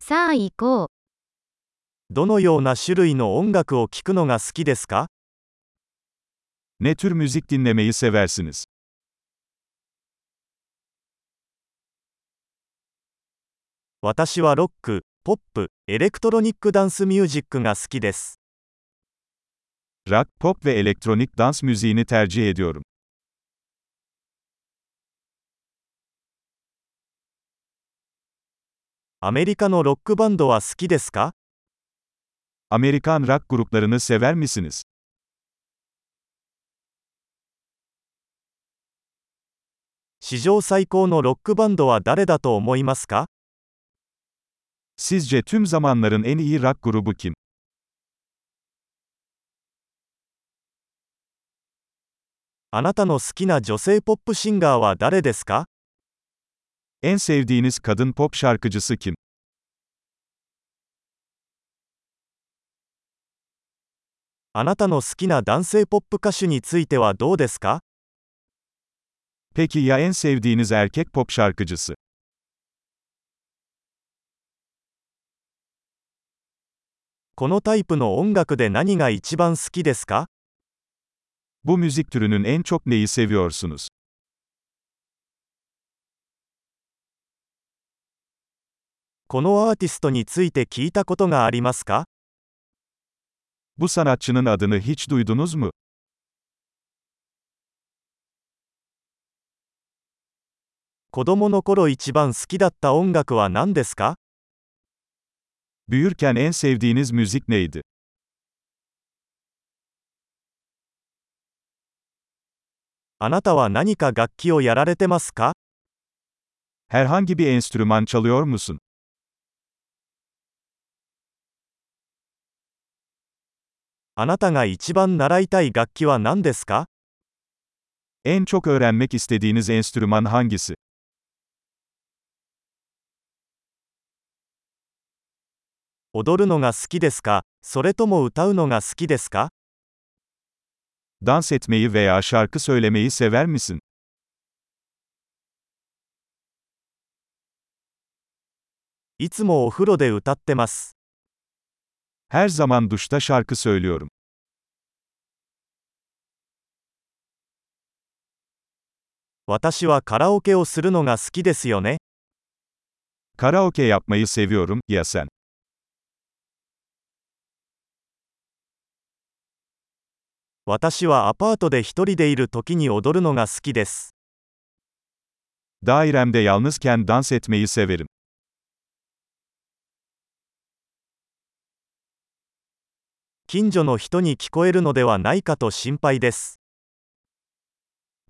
さあ行こう。どのような種類の音楽を聴くのが好きですか Ne tür müzik dinlemeyi seversiniz? 私はロック、ポップ、エレクトロニックダンスミュージックが好きです。 Rock, pop ve elektronik dans müziğini tercih ediyorum. アメリカのロックバンドは好きですか Amerikan rock gruplarını sever misiniz? 史上最高のロックバンドは誰だと思いますか Sizce tüm zamanların en iyi rock grubu kim? あなたの好きな女性ポップシンガーは誰ですか En sevdiğiniz kadın pop şarkıcısı kim? あなたの好きな男性ポップ歌手についてはどうですか Peki ya en sevdiğiniz erkek pop şarkıcısı? このタイプの音楽で何が一番好きですか Bu müzik türünün en çok neyi seviyorsunuz? このアーティストについて聞いたことがありますか Bu sanatçının adını hiç duydunuz mu? 子供の頃一番好きだった音楽は何ですか Büyürken en sevdiğiniz müzik neydi? あなたは何か楽器をやられてますか Herhangi bir enstrüman çalıyor musun? あなたが一番習いたい楽器は何ですか En çok öğrenmek istediğiniz enstrüman hangisi? 踊るのが好きですかそれとも歌うのが好きですか Dans etmeyi veya şarkı söylemeyi sever misin? いつもお風呂で歌ってます。 Her zaman duşta şarkı söylüyorum. 私はカラオケをするのが好きですよね。 Karaoke yapmayı seviyorum, ya sen? 私はアパートで一人でいる時に踊るのが好きです。 Dairemde yalnızken dans etmeyi severim. 近所の人に聞こえるのではないかと心配です。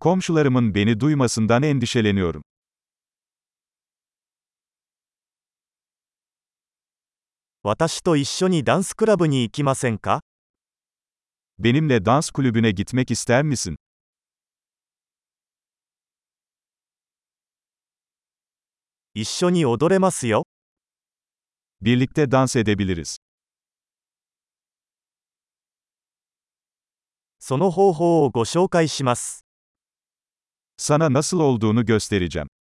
Komşularımın beni duymasından endişeleniyorum. 私と一緒にダンスクラブに行きませんか Benimle dans kulübüne gitmek ister misin? 一緒に踊れますよ。 Birlikte dans edebiliriz. その方法をご紹介します。 Sana nasıl olduğunu göstereceğim.